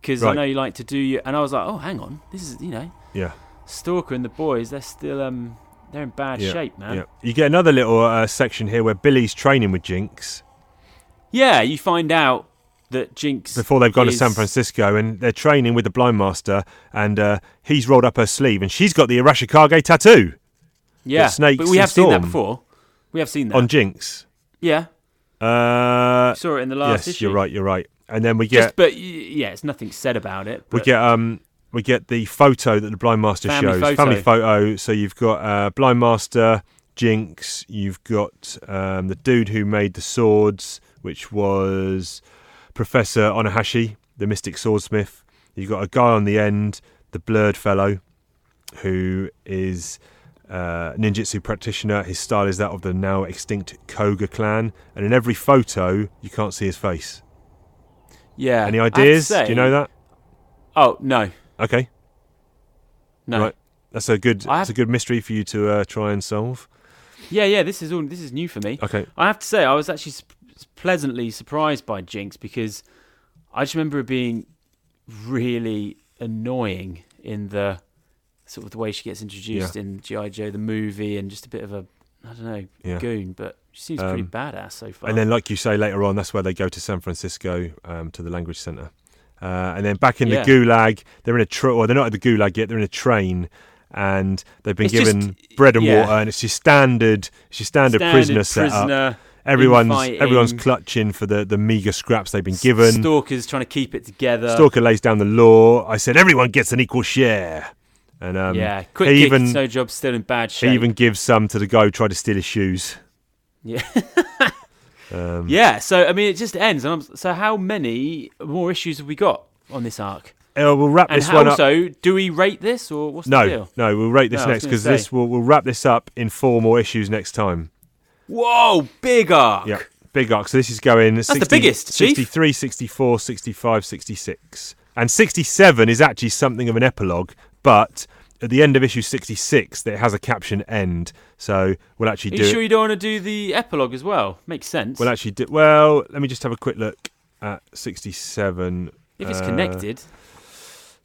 because I
Right.
know you like to do your, and I was like, oh, hang on, this is you know,
yeah.
Stalker and the boys, they're still um, they're in bad
yeah,
shape, man.
yeah. You get another little uh, section here where Billy's training with Jinx.
Yeah, you find out that Jinx
before they've gone
is-
to San Francisco and they're training with the blind master and uh, he's rolled up her sleeve and she's got the Arashikage tattoo
Yeah,
the snakes
but we
and
have seen that
Storm.
before. We have seen that.
on Jinx.
yeah,
Uh,
saw it in the last
yes,
issue.
you're right, you're right. And then we
Just,
get
but y- yeah, it's nothing said about it.
we
but-
get um we get the photo that the blind master
Family
shows,
photo.
family photo. So you've got uh, blind master Jinx, you've got um, the dude who made the swords, which was Professor Onahashi, the mystic swordsmith. You've got a guy on the end, the blurred fellow, who is uh, ninjutsu practitioner. His style is that of the now extinct Koga clan, and in every photo you can't see his face.
yeah.
Any
I have to
ideas?
say-
Do you know that?
Oh no,
Okay.
no.
Right. That's a good.
I
That's a good mystery for you to uh, try and solve.
Yeah, yeah. This is all. This is new for me.
Okay.
I have to say, I was actually su- pleasantly surprised by Jinx because I just remember her being really annoying in the sort of the way she gets introduced in GI Joe the movie and just a bit of a I don't know
Yeah.
goon, but she seems pretty
Um,
badass so far.
And then, like you say later on, that's where they go to San Francisco um, to the language center. Uh, and then back in
Yeah.
the gulag, they're in a tra- or they're not at the gulag yet. They're in a train, and they've been
It's just-
given bread and
yeah.
water, and it's your standard, it's your standard,
Standard
prisoner setup.
prisoner,
Everyone's everyone's
infighting.
clutching for the the meager scraps they've been given.
stalkers trying to keep it together.
Stalker lays down the law. I said everyone gets an equal share, and um,
yeah, quick
he
kick.
even
Snow job still in bad
he
shape.
even gives some to the guy who tried to steal his shoes.
Yeah.
Um,
yeah. So I mean, it just ends. And I'm, so, how many more issues have we got on this arc?
uh, we'll wrap
And
this
how-
one up.
also, do we rate this or what's the
No,
deal?
no, we'll rate this
No, I was
next
gonna
because this
say.
we'll, we'll wrap this up in four more issues next time.
Whoa, big arc.
Yeah, big arc. So this is going
the
60,
biggest, Chief.
63, 64, 65, 66. And 67 is actually something of an epilogue, but at the end of issue 66, it has a caption end. So we'll actually
Are
do
you sure
it.
you don't want to do the epilogue as well? Makes sense.
We'll actually do Well, let me just have a quick look at 67.
if it's
uh,
connected,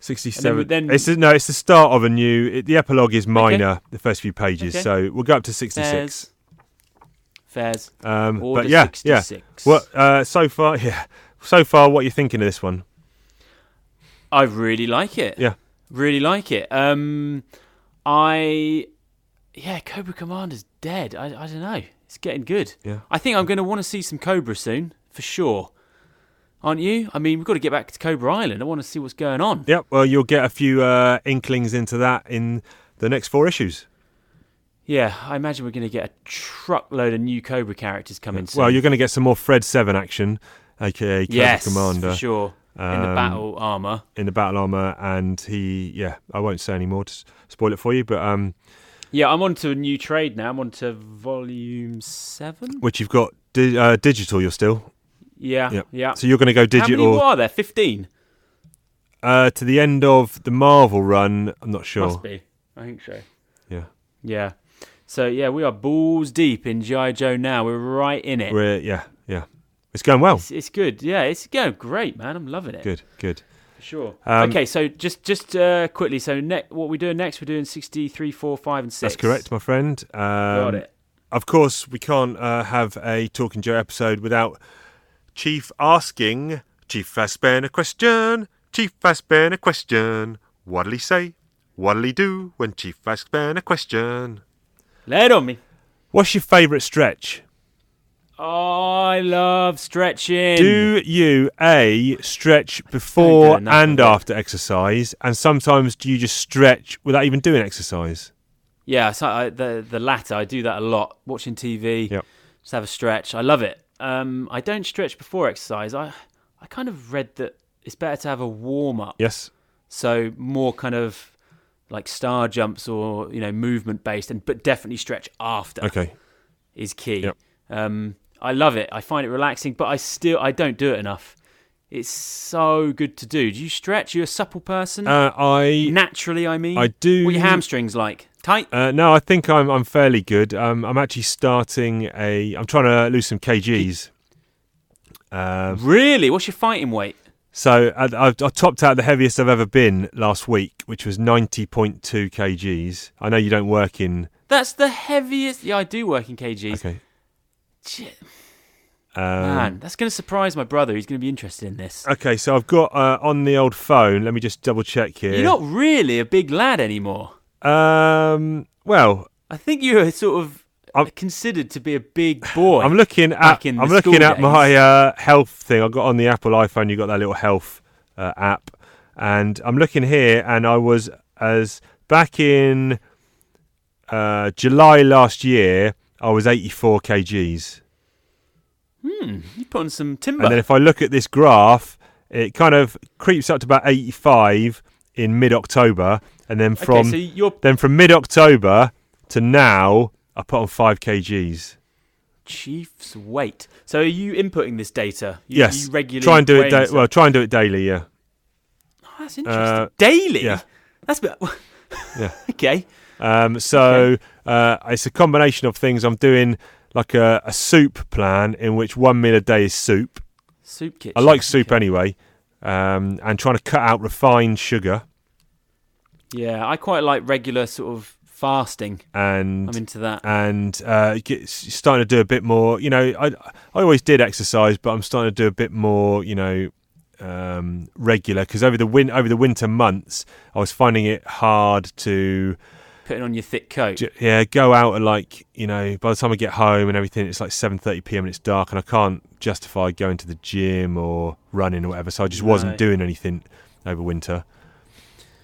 67.
then-
it's the- no, it's the start of a new. It, the epilogue is minor, the first few pages.
Okay.
So we'll go up to 66.
fairs, fairs,
Um,
order
but yeah, yeah.
66.
What uh, so far? Yeah, so far, what are you thinking of this one?
I really like it.
Yeah.
Really like it. Um I yeah, Cobra Commander's dead. I I don't know. It's getting good.
Yeah.
I think I'm going to want to see some Cobra soon, for sure. Aren't you? I mean, we've got to get back to Cobra Island. I want to see what's going on.
Yep. Well, you'll get a few uh, inklings into that in the next four issues.
Yeah, I imagine we're going to get a truckload of new Cobra characters coming soon.
Well, you're going to get some more Fred Seven action, aka Cobra
yes,
Commander,
for sure. In the
Um,
battle armor.
in the battle armor, and he. Yeah, I won't say any more to s- spoil it for you, but um,
Yeah, I'm on to a new trade now. I'm on to volume 7.
which you've got di- uh, digital. You're still.
Yeah.
Yep.
Yeah.
So you're going to go
How many
digital
are there? 15.
uh, to the end of the Marvel run. I'm not sure.
Must be. I think so.
Yeah.
Yeah. So yeah, we are balls deep in GI Joe now. We're right in it.
We're, yeah. Yeah. It's going well.
It's, it's good. Yeah, it's going great, man. I'm loving it.
Good. Good.
For sure.
Um,
okay, so just just uh, quickly, so ne- what we're doing next, we're doing 63, 4, 5, and 6.
That's correct, my friend. Um,
Got it.
Of course, we can't uh, have a Talking Joe episode without Chief asking Chief Fassbender a question.
Chief Fassbender question. What'll he say? What'll he do when Chief Fassbender question?
Lay it on me.
What's your favourite stretch?
Oh, I love stretching.
Do you A, stretch before
enough of
and
it.
after exercise? And sometimes do you just stretch without even doing exercise?
Yeah, so I, the the latter. I do that a lot. Watching TV,
Yep.
just have a stretch. I love it. Um, I don't stretch before exercise. I I kind of read that it's better to have a warm up.
Yes.
So more kind of like star jumps or you know movement based, and but definitely stretch after
Okay.
is key.
Yep.
Um, I love it. I find it relaxing, but I still I don't do it enough. It's so good to do. Do you stretch? You're a supple person.
Uh, I.
Naturally, I mean.
I do-
What are your hamstrings like? Tight.
Uh, no, I think I'm I'm fairly good. Um, I'm actually starting a. I'm trying to lose some kgs. Um,
Really? What's your fighting weight?
So I, I, I topped out the heaviest I've ever been last week, which was 90.2 kgs. I know you don't work in.
That's the heaviest. Yeah, I do work in kgs.
Okay.
Shit,
Um,
man, that's going to surprise my brother. He's going to be interested in this.
okay, so I've got uh, on the old phone. Let me just double check here.
You're not really a big lad anymore.
Um, well,
I think you are sort of
I'm-
considered to be a big boy.
I'm looking at
Back in
I'm
the
looking
school
at
days.
my uh, health thing. I got on the Apple iPhone. You got that little health uh, app, and I'm looking here, and I was as back in uh, July last year. I was 84 kgs.
you put on some timber.
And then if I look at this graph, it kind of creeps up to about 85 in mid-October, and then from
okay, so you're
then from mid-October to now, I put on five kgs.
chief's weight. So are you inputting this data? You,
yes,
You regularly
try and do it.
weigh
Da-
yourself?
well, try and do it daily. Yeah,
Oh, that's interesting.
uh,
Daily.
yeah.
That's a bit.
Yeah.
okay.
Um, so uh, it's a combination of things. I'm doing like a, a soup plan in which one meal a day is soup.
Soup kitchen.
I like soup
Okay.
anyway, um, and trying to cut out refined sugar.
Yeah, I quite like regular sort of fasting.
And
I'm into that.
and uh, get, s- starting to do a bit more. You know, I I always did exercise, but I'm starting to do a bit more. You know, um, regular because over the win over the winter months, I was finding it hard to
Putting on your thick coat.
j- yeah go out at like you know by the time I get home and everything, it's like 7:30 p.m. and it's dark, and I can't justify going to the gym or running or whatever. So I just wasn't
Right.
doing anything over winter.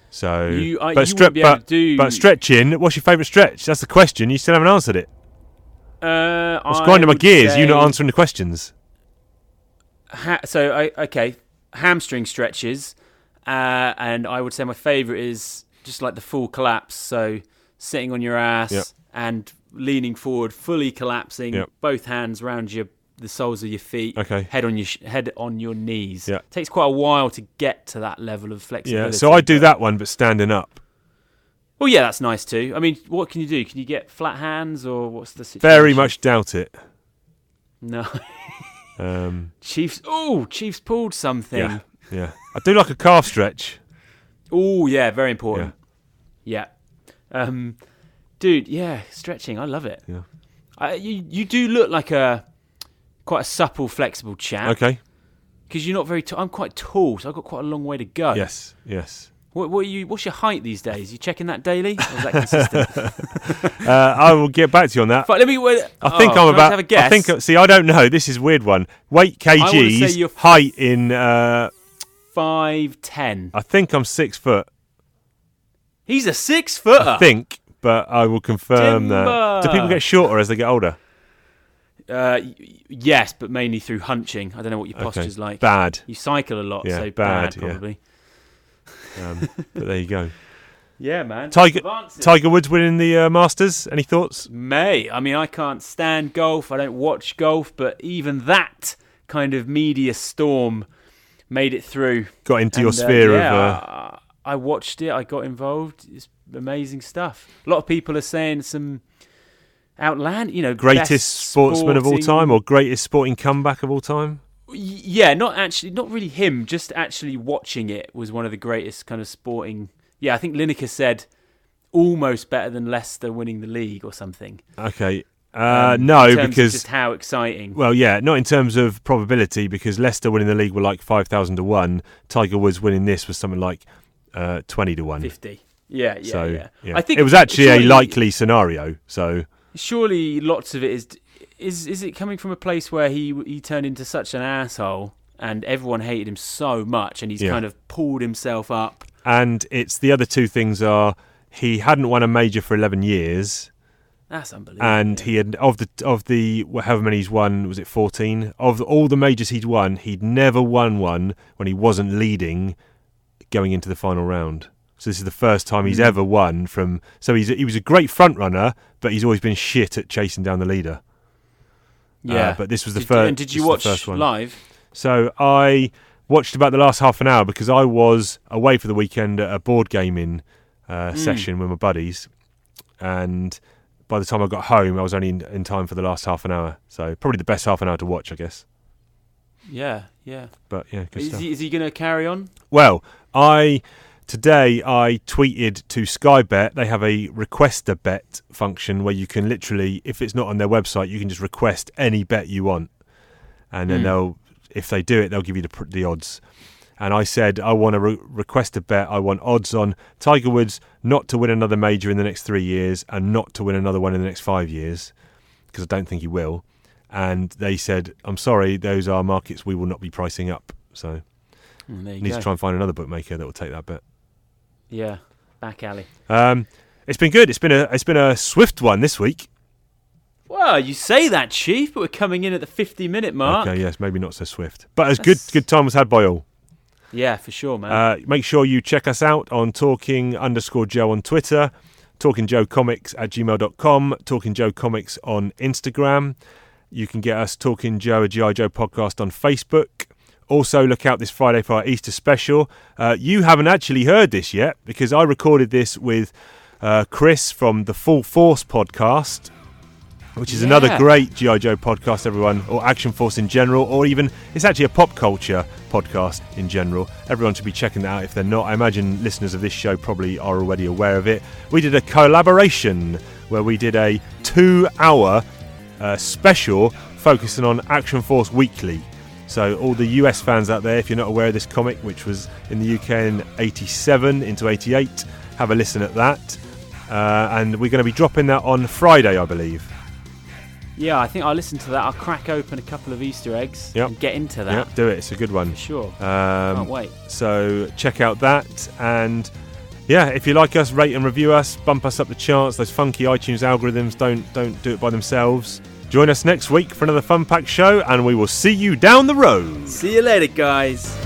So,
You- I-
but,
you
stre-
wouldn't be able
but,
to do-
but stretching. What's your favourite stretch? That's the question. You still haven't answered it.
Uh,
What's
I
grinding my
would
gears?
say
You're not answering the questions.
Ha- so I okay, hamstring stretches, uh, and I would say my favourite is just like the full collapse. So sitting on your ass
Yep.
and leaning forward, fully collapsing,
Yep.
both hands round your the soles of your feet,
Okay.
head on your sh- head on your knees.
Yeah.
takes quite a while to get to that level of flexibility.
Yeah. So I do that one, but standing up.
Well, yeah, that's nice too. I mean, what can you do? Can you get flat hands or what's the situation?
Very much doubt it.
No,
Um,
Chiefs. Oh, Chiefs pulled something.
yeah. Yeah. I do like a calf stretch.
Oh yeah, very important. Yeah. Um, dude, yeah, stretching. I love it.
Yeah.
I, you you do look like a quite a supple, flexible chap.
Okay.
Because you're not very. T- I'm quite tall, so I've got quite a long way to go.
Yes. Yes.
What, what are you? What's your height these days? You checking that daily? Or is that consistent?
Uh, I will get back to you on that.
but let me. Wait, oh,
I think I'm about.
Have a guess.
I think. See, I don't know. This is a weird one. Weight
wanna say you're
kgs.
f-
Height in. Uh,
five ten.
I think I'm six foot.
He's a six footer.
I think, but I will confirm that. Do people
Ah. Timber.
get shorter as they get older?
Uh, y- y- yes, but mainly through hunching. I don't know what your
Okay.
posture's like.
Bad.
You cycle a lot,
Yeah,
so
bad,
bad,
yeah.
probably.
Um, but there you go.
Yeah, man.
Tiger-
Advances.
Tiger Woods winning the uh, Masters. Any thoughts?
May. I mean, I can't stand golf. I don't watch golf, but even that kind of media storm made it through.
Got into your
And, uh,
sphere
yeah,
of. Uh,
I- I watched it. I got involved. It's amazing stuff. A lot of people are saying some outland. You know,
greatest
best
sportsman of all
sporting-
time or greatest sporting comeback of all time?
Y- Yeah, not actually, not really him. Just actually watching it was one of the greatest kind of sporting. Yeah, I think Lineker said almost better than Leicester winning the league or something.
Okay. Uh,
Um, in
no,
terms of
because
just how exciting.
well, yeah, not in terms of probability because Leicester winning the league were like five thousand to one. Tiger Woods winning this was something like uh, twenty to one.
Fifty. Yeah, yeah,
so
yeah.
yeah. it was actually
surely-
a likely scenario. So
Surely, lots of it is is is it coming from a place where he he turned into such an asshole and everyone hated him so much, and he's
Yeah.
kind of pulled himself up.
and it's the other two things are he hadn't won a major for eleven years.
That's unbelievable.
and he had of the of the however many he's won was it 14 of all the majors he'd won he'd never won one when he wasn't leading going into the final round so this is the first time
Hmm.
he's ever won from so he's he was a great front runner but he's always been shit at chasing down the leader
yeah,
uh, but this was the
Did-
fir-
And did you
this was
watch
the first one.
live?
so i watched about the last half an hour because i was away for the weekend at a board gaming uh, session with my buddies and by the time I got home, I was only in, in time for the last half an hour. So probably the best half an hour to watch, I guess.
Yeah, yeah.
But yeah, good
Is
stuff.
he, is he going to carry on?
Well, I today I tweeted to Sky Bet. They have a request a bet function where you can literally, if it's not on their website, you can just request any bet you want, and then
Mm.
they'll, if they do it, they'll give you the pr- the odds. And I said I want to re- request a bet. I want odds on Tiger Woods not to win another major in the next three years, and not to win another one in the next five years, because I don't think he will. And they said, "I'm sorry, those are markets we will not be pricing up." So
Mm, there you
need
go.
to try and find another bookmaker that will take that bet.
Yeah, back alley.
Um, it's been good. It's been a it's been a swift one this week.
Well, you say that, Chief, but we're coming in at the 50 minute mark.
Okay, yes, maybe not so swift, but as good
That's-
good time was had by all.
Yeah, for sure, man.
Uh, make sure you check us out on Talking underscore Joe on Twitter, Talking Joe Comics at gmail.com, Talking Joe Comics on Instagram. You can get us Talking Joe, a G.I. Joe podcast on Facebook, Also, look out this Friday for our Easter special. Uh, you haven't actually heard this yet because I recorded this with uh, Chris from the Full Force podcast, which is another
Yeah.
great G.I. Joe podcast, everyone, or Action Force in general, or even it's actually a pop culture podcast in general. Everyone should be checking that out if they're not. I imagine listeners of this show probably are already aware of it. We did a collaboration where we did a two hour uh, special focusing on Action Force Weekly. So, all the US fans out there, if you're not aware of this comic, which was in the UK in 87 into 88, have a listen at that. Uh, and we're going to be dropping that on Friday, I believe.
Yeah, I think I'll listen to that. I'll crack open a couple of Easter eggs
Yep.
and get into
Yeah,
that.
do it. It's a good one.
For sure. Can't
Um,
wait.
so check out that and yeah, if you like us, rate and review us, bump us up the charts. Those funky iTunes algorithms don't don't do it by themselves. Join us next week for another fun packed show, and we will see you down the road.
See you later, guys.